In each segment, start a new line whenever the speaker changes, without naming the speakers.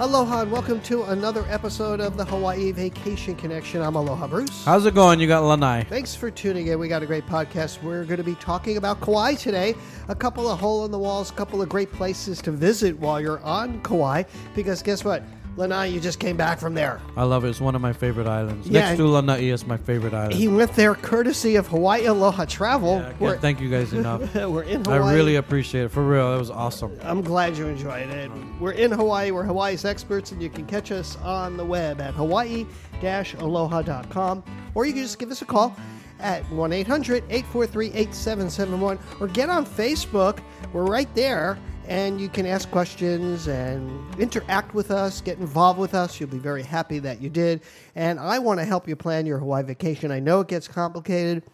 Aloha and welcome to another episode of the Hawaii Vacation Connection. I'm Aloha Bruce.
How's it going? You got Lanai.
Thanks for tuning in. We got a great podcast. We're going to be talking about Kauai today. A couple of hole in the walls, a couple of great places to visit while you're on Kauai. Because guess what? Lanai, you just came back from there.
I love it. It's one of my favorite islands.
Yeah,
Next to Lanai is my favorite island.
He went there courtesy of Hawaii Aloha Travel.
I can't thank you guys enough.
we're in
I
Hawaii.
really appreciate it. For real, it was awesome.
I'm glad you enjoyed it. We're in Hawaii. We're Hawaii's experts, and you can catch us on the web at hawaii-aloha.com, or you can just give us a call at 1-800-843-8771, or get on Facebook. We're right there, and you can ask questions and interact with us, get involved with us. You'll be very happy that you did. And I want to help you plan your Hawaii vacation. I know it gets complicated.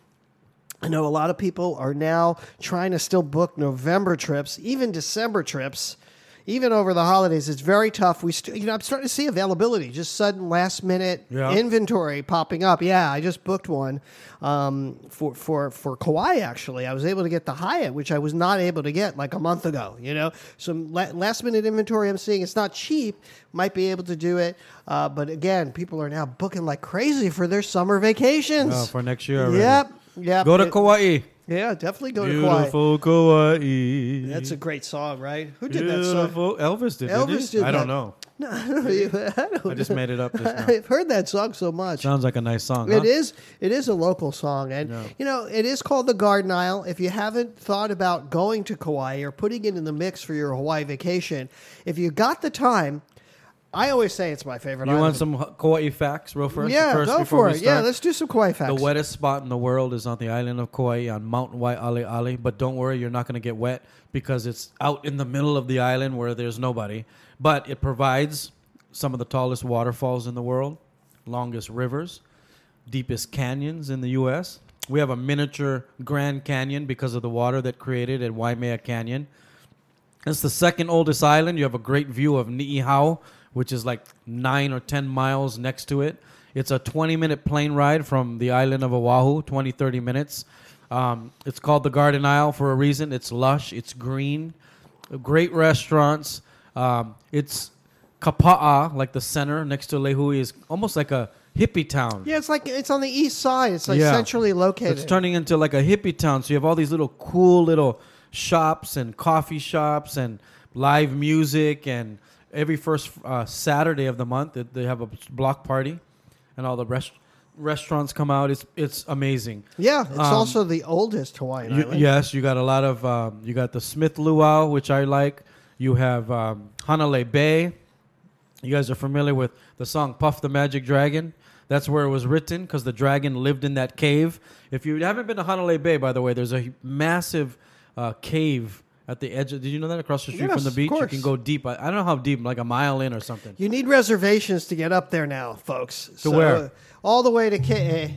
I know a lot of people are now trying to still book November trips, even December trips, even over the holidays. It's very tough. We, st- you know, I'm starting to see availability, just sudden last minute
Yeah.
inventory popping up. Yeah, I just booked one um, for for for Kauai. Actually, I was able to get the Hyatt, which I was not able to get like a month ago. You know, some la- last minute inventory. I'm seeing it's not cheap. Might be able to do it, uh, but again, people are now booking like crazy for their summer vacations.
Oh, for next year already.
Yep. Yep.
Go to
It-
Kauai.
yeah, definitely go to Kauai.
Beautiful Kauai.
That's a great song, right? Who did that song?
Beautiful. Elvis did didn't he?
Elvis did
I
that.
don't know.
No, I don't, I
I
don't
just made it up just now.
I've heard that song so much.
Sounds like a nice song. huh?
It is. It is a local song, and you know it is called the Garden Isle. If you haven't thought about going to Kauai or putting it in the mix for your Hawaii vacation, if you got the time, I always say it's my favorite.
You want
island.
some Ho- Kauai facts real first?
Yeah,
first
go
before
for
we
it. Yeah,
start?
let's do some Kauai facts.
The wettest spot in the world is on the island of Kauai on Mount Waialeale, but don't worry, you're not going to get wet because it's out in the middle of the island where there's nobody. But it provides some of the tallest waterfalls in the world, longest rivers, deepest canyons in the U.S. We have a miniature Grand Canyon because of the water that created at Waimea Canyon. It's the second oldest island. You have a great view of Niihau, which is like nine or ten miles next to it. It's a 20 minute plane ride from the island of Oahu, 20, 30 minutes. Um, it's called the Garden Isle for a reason. It's lush, it's green, great restaurants. Um, it's Kapa'a, like the center next to Lehui, is almost like a hippie town.
yeah, it's like it's on the east side. It's like
Yeah.
centrally located.
It's turning into like a hippie town. So you have all these little cool little shops and coffee shops and live music. And every first uh, Saturday of the month, it- they have a block party, and all the rest- restaurants come out. It's it's amazing.
yeah, it's
Um,
also the oldest Hawaiian
You-
island.
yes, you got a lot of um, you got the Smith Luau, which I like. You have um, Hanalei Bay. You guys are familiar with the song "Puff the Magic Dragon." That's where it was written because the dragon lived in that cave. If you haven't been to Hanalei Bay, by the way, there's a massive uh, cave at the edge. of Did you know that across the street
Yes,
from the
of
beach, you
course.
can go deep. I, I don't know how deep, like a mile in or something.
You need reservations to get up there now, folks. To
where?
all the way to Ke'e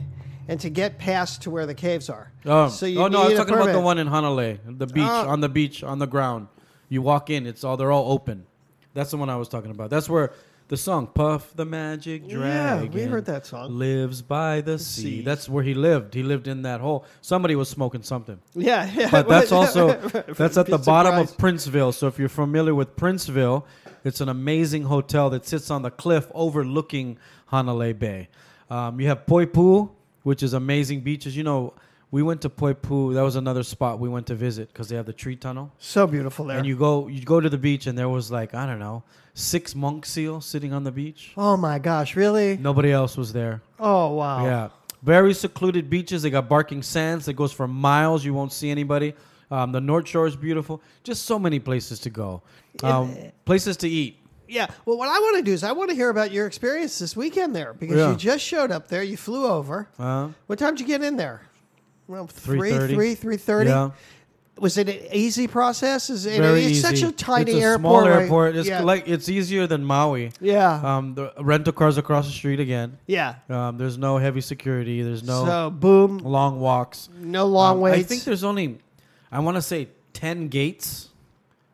and to get past to where the caves are.
Oh, oh no, I
need
was
a
talking about the
permit.
one in Hanalei, the beach,
Ah.
on the beach, on the ground. You walk in, it's all they're all open. That's the one I was talking about. That's where the song "Puff the Magic
Yeah, we
Dragon."
heard that song.
Lives by the sea.
sea.
That's where he lived. He lived in that hole. Somebody was smoking something,
Yeah, yeah.
but that's also that's at
Be
the bottom
surprised.
of Princeville. So if you're familiar with Princeville, it's an amazing hotel that sits on the cliff overlooking Hanalei Bay. Um, you have Poipu, which is amazing beaches. You know, we went to Poipu. That was another spot we went to visit because they have the tree tunnel.
So beautiful there.
And you go you go to the beach and there was like I don't know six monk seals sitting on the beach.
oh my gosh, really?
Nobody else was there.
Oh wow.
Yeah. Very secluded beaches. They got barking sands that goes for miles. You won't see anybody. Um, the North Shore is beautiful. Just so many places to go. Um, places to eat.
Yeah. Well, what I want to do is I want to hear about your experience this weekend there because
Yeah.
you just showed up there. You flew over.
Uh,
What time did you get in there? Well, three,
3:30.
three, three thirty.
Yeah.
Was it an easy process? Is it?
Very
it's
easy.
such a tiny
it's a
airport.
Small
right?
airport. It's
yeah.
like it's easier than Maui.
yeah,
Um, the rental cars across the street again.
yeah.
Um, there's no heavy security. There's no
So boom,
long walks.
no long
Um,
waits.
I think there's only, I want to say, ten gates.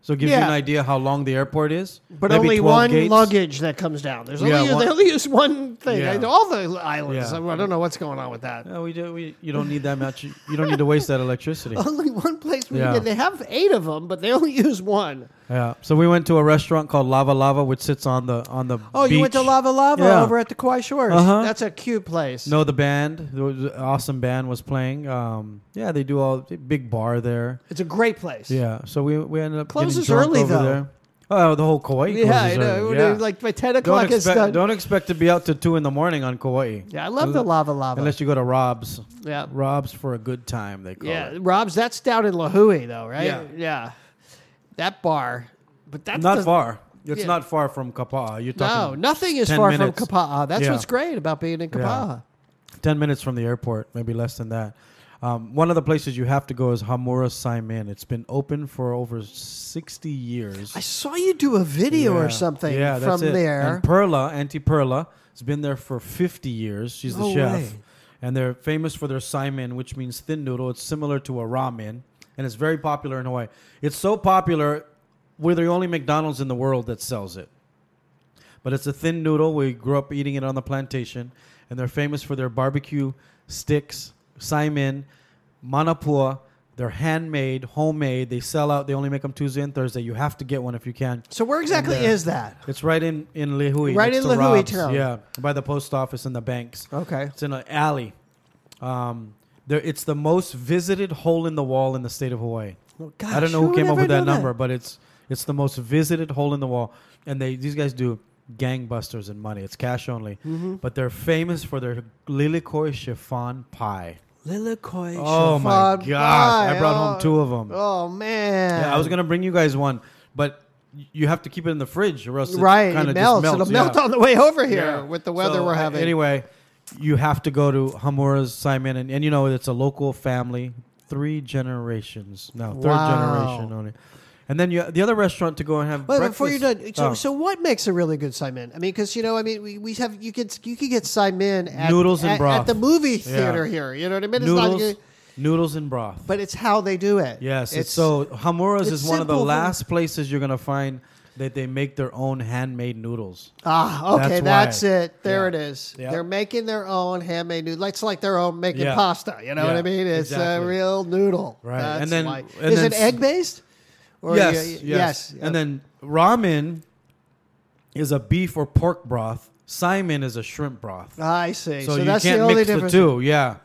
So it gives you
Yeah.
an idea how long the airport is.
But
Maybe
only
12
one
gates.
luggage that comes down. There's
Yeah,
only
one-
they only use one thing.
Yeah.
I- all the islands.
Yeah.
I, I don't know what's going on with that.
Yeah, we do. We, you don't need that much. You don't need to waste that electricity.
Only one place we
Yeah.
did. They have eight of them, but they only use one.
Yeah. So we went to a restaurant called Lava Lava, which sits on the on the.
Oh, you went to
beach.
Lava Lava
Yeah.
over at the Kauai Shores.
Uh-huh.
That's a cute place.
No, the band, there was an awesome band, was playing. Um, yeah, they do all big bar there.
It's a great place.
Yeah, so we we ended up getting
Closes
drunk
early,
over
though.
There. Oh, the whole Kauai.
Yeah, I
closes
know.
early.
When they-
Yeah.
Like by ten o'clock,
don't
it's done.
expect don't expect to be out till two in the morning on Kauai.
yeah, I love the lava lava.
Unless you go to Rob's,
yeah,
Rob's for a good time they call
yeah.
it.
Rob's. That's down in Lahui, though, right?
Yeah.
That bar, but that's
Not
the-
far. It's
Yeah.
not far from Kapaa. You're
No,
talking
nothing is
10
far
minutes.
from Kapaa. That's
Yeah.
what's great about being in Kapaa.
ten minutes from the airport, maybe less than that. Um, one of the places you have to go is Hamura Saimin. It's been open for over sixty years.
I saw you do a video or
Yeah.
something
Yeah, that's
from
it.
there.
And Perla, Auntie Perla, has been there for 50 years. She's
No
the chef.
way.
And they're famous for their saimin, which means thin noodle. It's similar to a ramen, and it's very popular in Hawaii. It's so popular, we're the only McDonald's in the world that sells it. But it's a thin noodle. We grew up eating it on the plantation, and they're famous for their barbecue sticks, saimin, manapua. They're handmade, homemade. They sell out. They only make them Tuesday and Thursday. You have to get one if you can.
so where exactly
there.
is that?
It's right in in Lihui.
Right
next
in
to
Lihui
Rob's.
town.
Yeah, by the post office and the banks.
Okay.
It's in an alley. Um, there, it's the most visited hole in the wall in the state of Hawaii.
Well,
I
gosh,
don't know
who
who
would
came up
ever
with that
know that?
number, but it's it's the most visited hole in the wall, and they these guys do gangbusters and money. It's cash only,
Mm-hmm.
but they're famous for their lilikoi chiffon pie.
Lilikoi.
Oh my
chiffon
gosh!
pie.
I brought
Oh,
home two of them.
Oh man.
Yeah, I was gonna bring you guys one, but y- you have to keep it in the fridge, or else
right.
it kind
It
of
melts.
Melts.
It'll melt
yeah.
on the way over here
Yeah.
with the weather
So,
we're
a-
having.
Anyway, you have to go to Hamura's Simon, and, and you know it's a local family, three generations now, third
Wow.
generation only. And then you, the other restaurant to go and have.
Wait,
breakfast.
before you're done, so,
Oh.
so what makes a really good saimin? I mean, because you know, I mean, we, we have you could you could get saimin at,
Noodles and
at, at
broth.
the movie
Yeah.
theater here. You know what I mean? It's not,
noodles,
good,
noodles and broth.
but it's how they do it.
yes, it's, so Hamura's
it's
is one of the
simple, but-
last places you're gonna find that they make their own handmade noodles.
ah okay. That's,
That's why.
it. There
Yeah.
it is.
Yep.
They're making their own handmade noodle. It's like their own making
Yeah.
pasta. You know what I
Yeah,
mean? It's a
exactly.
real noodle.
Right.
That's
And then-
why.
and
is it
then s-
egg based?
yes, yes, And then ramen is a beef or pork broth. Simon is a shrimp broth.
I see. So,
So, you
that's
can't
the only
mix
difference.
the two. Yeah.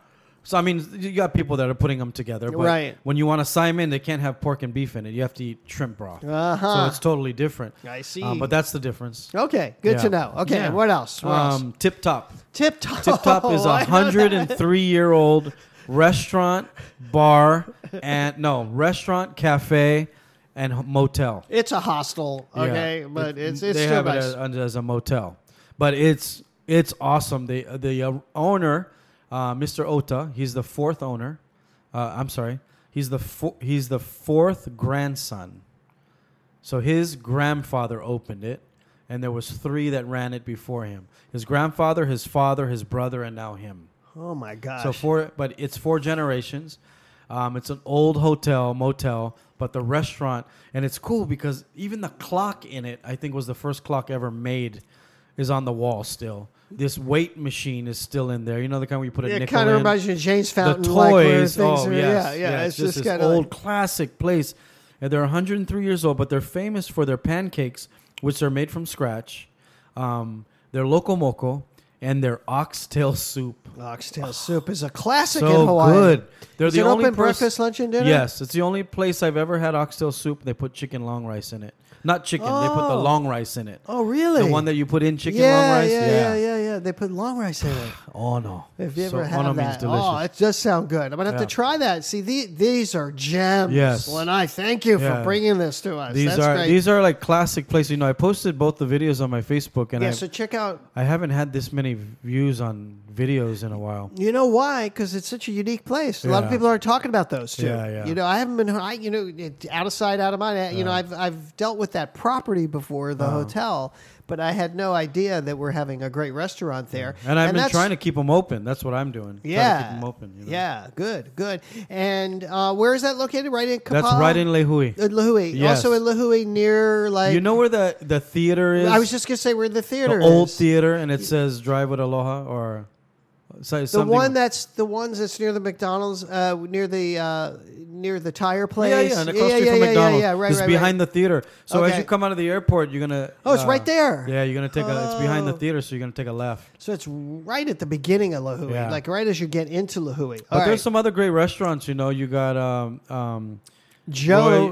So I mean, you got people that are putting them together, but
Right.
when you want to Simon, they can't have pork and beef in it. You have to eat shrimp broth.
Uh-huh.
So it's totally different.
I
Um,
see.
but that's the difference.
Okay, good
Yeah.
to know. Okay,
Yeah.
what else? What else?
Um, Tip Top.
Tip Top.
Tip Top is a
Oh, I know
hundred and
that.
three year old restaurant, bar, and no restaurant, cafe, and motel.
It's a hostel,
Yeah.
okay, but
It-
it's it's
they
still
have
nice.
it as, as a motel, but it's it's awesome. The the uh, owner, uh, Mr. Ota, he's the fourth owner. Uh, I'm sorry, he's the fo- he's the fourth grandson. So his grandfather opened it, and there was three that ran it before him. His grandfather, his father, his brother, and now him.
oh my gosh!
So four, but it's four generations. Um, it's an old hotel motel, but the restaurant and it's cool because even the clock in it, I think, was the first clock ever made, is on the wall still. This weight machine is still in there. You know the kind where you put a
it
nickel
kind of
in?
reminds you of Jane's
the
Fountain, like where
toys.
things
oh
are,
yes,
yeah, yeah. It's, just,
this
kind
old
of
classic place, and they're 103 years old, but they're famous for their pancakes, which are made from scratch, um, their loco moco, and their oxtail soup
oxtail soup is a classic
so
in Hawaii.
good. They're
Is
the
it
only
open
pers-
breakfast, lunch, and dinner?
Yes, it's the only place I've ever had oxtail soup. They put chicken long rice in it. Not chicken. They put the
Oh.
long rice in it.
Oh, really?
The one that you put in chicken
yeah,
long rice.
Yeah, yeah, yeah, yeah. They put long rice in it.
Oh no.
If you
So
ever
ono
have
means
that,
delicious.
oh, it does sound good. I'm gonna have
Yeah.
to try that. See, the, these are gems.
Yes.
Well, and I thank you for
Yeah.
bringing this to us.
these
That's
are
great.
these are like classic places. You know, I posted both the videos on my Facebook, and
yeah.
I,
So check out
I haven't had this many views on videos in a while.
You know why? Because it's such a unique place. A lot of
Yeah.
people aren't talking about those two.
Yeah, yeah.
You know, I haven't been. I, you
Uh-huh.
know, it- out of sight, out of mind. I- You know, I've I've dealt with that property before, the hotel, but I had no idea that we're having a great restaurant there.
And I've been
that's-
trying to keep them open. That's what I'm doing. Trying to keep
yeah,
'em open. you know.
Yeah, good, good. And uh, where is that located? Right in Kapaa?
That's right in Lehui.
in Lahui.
Yes.
Also in Lahui, near like
You know where the, the theater is?
I was just gonna say where the theater
the old
is.
theater, and it says "Drive with Aloha" or so-
the
something.
one that's the ones that's near the McDonald's, uh, near the uh, near the tire place.
yeah, yeah, and across the street from
yeah,
McDonald's.
Yeah, yeah, right,
it's
right, right.
behind the theater. So as
Okay.
you come out of the airport, you're gonna.
Oh, it's right
uh,
there.
Yeah, you're gonna take a. It's behind the
Oh.
theater, so you're gonna take a left.
So it's right at the beginning of Lahui,
Yeah.
like right as you get into Lahui.
But
All right.
there's some other great restaurants. You know, you got um, um,
Joe
Roy,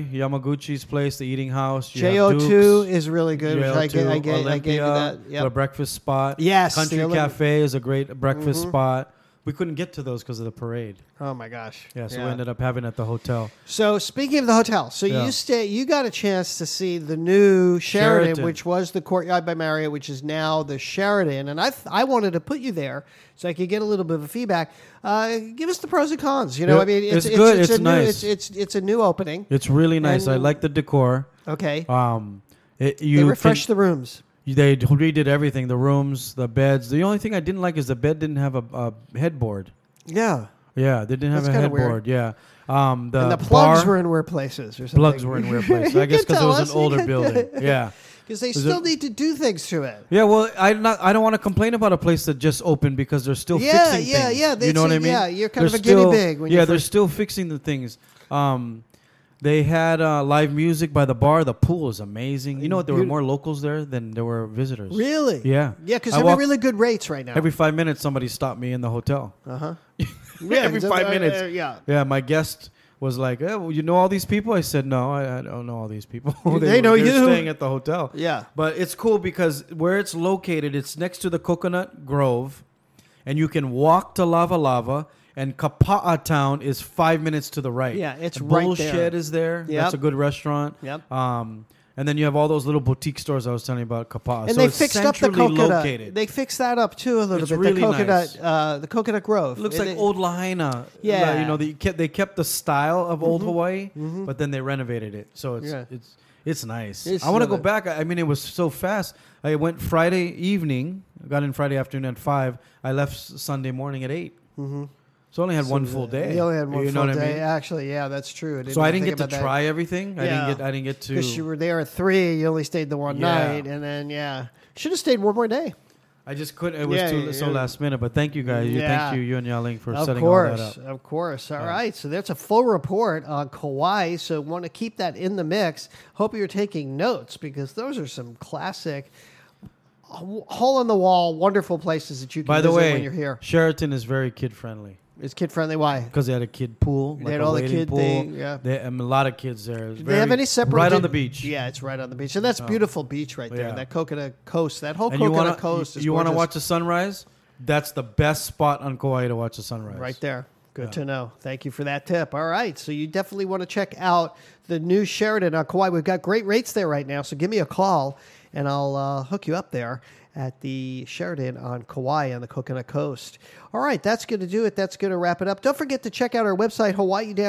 Roy Yamaguchi's place, the Eating House. you have
Jo two
Duke's,
is really good. Which I get, I
JO2,
get, I gave you that.
Olympia, the
Yep.
breakfast spot.
Yes, the
Country
Olympia. Mm-hmm.
Cafe is a great breakfast spot. We couldn't get to those because of the parade.
Oh my gosh.
Yeah, so we ended up having it at the hotel.
So speaking of the hotel, so
Yeah.
you stay, you got a chance to see the new Sheraton,
Sheraton.
which was the Courtyard by Marriott, which is now the Sheraton, and I th- I wanted to put you there so I could get a little bit of feedback. Uh, give us the pros and cons. You know,
Yeah,
I mean, it's,
it's good,
It's,
it's
a New, it's,
nice.
it's it's a new opening.
It's really nice. I
And-
like the decor.
Okay,
Um, it, you
they
can-
refreshed the rooms.
they d- redid everything: the rooms, the beds. The only thing I didn't like is the bed didn't have a, a headboard.
Yeah,
Yeah, they didn't have
That's
a
kinda weird.
headboard. Yeah, um, the,
and the plugs
bar-
were in weird places or something.
plugs were in weird places.
You
I guess
can
because it
tell
was
us,
an
you
older
can-
building. Yeah.
because they
Is it-
still need to do things to it.
Yeah, well, I not I don't want to complain about a place that just opened because they're still
Yeah,
fixing
yeah,
things.
yeah,
you
that's
know what
it,
I mean?
yeah, you're kind of
They're
a guinea
still-
pig when you
yeah, they're
first-
still fixing the things. Um, they had uh, live music by the bar. The pool is amazing. You know what? There were
Beaut-
more locals there than there were visitors.
Really?
Yeah.
Yeah, because
I
they're
walked-
really good rates right now.
Every five minutes, somebody stopped me in the hotel.
uh huh.
Every five minutes.
yeah.
Yeah, my guest was like, eh, well, "You know all these people?" I said, "No, I, I don't know all these people.
They know
were-
you.
They're staying at the hotel.
Yeah.
but it's cool because where it's located, it's next to the Coconut Grove, and you can walk to Lava Lava. And Kapa'a Town is five minutes to the right.
Yeah, it's
And
right
Bullshed
there.
is there.
Yep.
That's a good restaurant.
Yep.
Um, and then you have all those little boutique stores I was telling you about, Kapa'a.
and
Uh, so
they
it's
fixed up the
centrally
coconut.
Located.
They fixed that up too a little
It's
bit. the
really
coconut,
nice.
uh, the coconut grove.
It looks
And
like
they-
old Lahaina.
Yeah. Mm-hmm.
Like, you know, they kept they kept the style of old Hawaii, but then they renovated it. So it's
Mm. Yeah.
it's it's nice.
It's
I want to
love
go
it.
back. I I mean, it was so fast. I went Friday evening, got in Friday afternoon at five. I left s- Sunday morning at 8 Mm-hmm. So I only had one full day.
You only had one
You know
full
what
day.
I mean?
Actually, yeah, that's true.
So I didn't get to try everything. I
Yeah.
didn't get. I didn't get to.
because you were there at three. You only stayed the one
Yeah.
night, and then yeah, should have stayed one more day.
I just couldn't. It was
Yeah,
too
yeah,
so
yeah.
last minute. But thank you guys. You
Yeah.
thank you, you and Yaling for
Of
setting all
course,
that up.
of course. All right, so that's a full report on Kauai. So want to keep that in the mix. Hope you're taking notes because those are some classic uh, hole in the wall, wonderful places that you can
By the
visit
way,
when you're here.
Sheraton is very kid friendly.
It's kid friendly. Why?
because they had a kid pool. like
had
a
all the
waiting
kid
pool.
thing, yeah.
They, and a lot of kids there. It's
Do they have
very-
any separate
right on the beach? Oh.
Yeah, it's right on the beach, and that's beautiful beach right there.
Yeah.
That coconut coast, that whole
And you
coconut
want
coast.
to
is
you want to
gorgeous.
watch the sunrise? That's the best spot on Kauai to watch the sunrise.
right there. Good to know. Thank you for that tip. All right, so you definitely want to check out the new Sheridan on Kauai. We've got great rates there right now, so give me a call and I'll uh, hook you up there at the Sheridan on Kauai on the Coconut Coast. All right, that's going to do it. That's going to wrap it up. Don't forget to check out our website,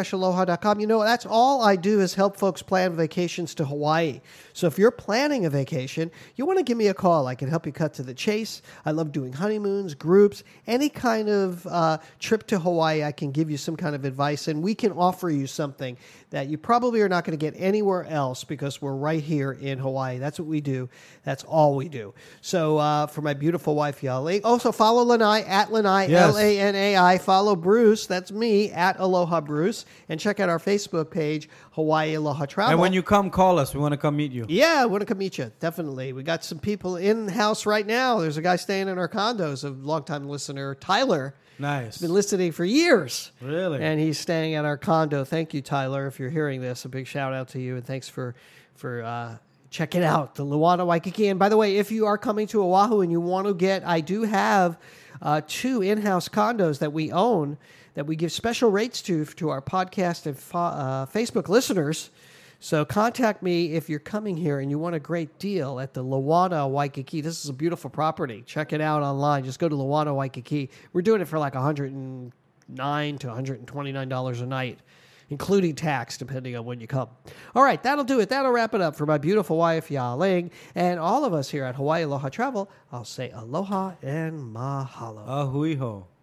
hawaii-aloha.com. You know, that's all I do is help folks plan vacations to Hawaii. So if you're planning a vacation, you want to give me a call. I can help you cut to the chase. I love doing honeymoons, groups, any kind of uh, trip to Hawaii. I can give you some kind of advice, and we can offer you something that you probably are not going to get anywhere else because we're right here in Hawaii. That's what we do. That's all we do. So uh, for my beautiful wife Yali, also follow Lanai at Lanai
Yes.
L A N A I. Follow Bruce. That's me at Aloha Bruce, and check out our Facebook page, Hawaii Aloha Travel.
And when you come, call us. We want to come meet you.
Yeah, I want to come meet you. Definitely. We got some people in the house right now. There's a guy staying in our condos, a longtime listener, Tyler.
Nice.
Been listening for years.
Really?
And he's staying at our condo. Thank you, Tyler, if you're hearing this. A big shout out to you and thanks for for uh checking out the Luana Waikiki. And by the way, if you are coming to Oahu and you want to get I do have uh, two in-house condos that we own that we give special rates to to our podcast and fa- uh, Facebook listeners. So contact me if you're coming here and you want a great deal at the Luana Waikiki. This is a beautiful property. Check it out online. Just go to Luana Waikiki. We're doing it for like 109 to 129 dollars a night. including tax, depending on when you come. All right, that'll do it. That'll wrap it up for my beautiful wife, Ya Ling, and all of us here at Hawaii Aloha Travel. I'll say aloha and mahalo.
Ahuiho.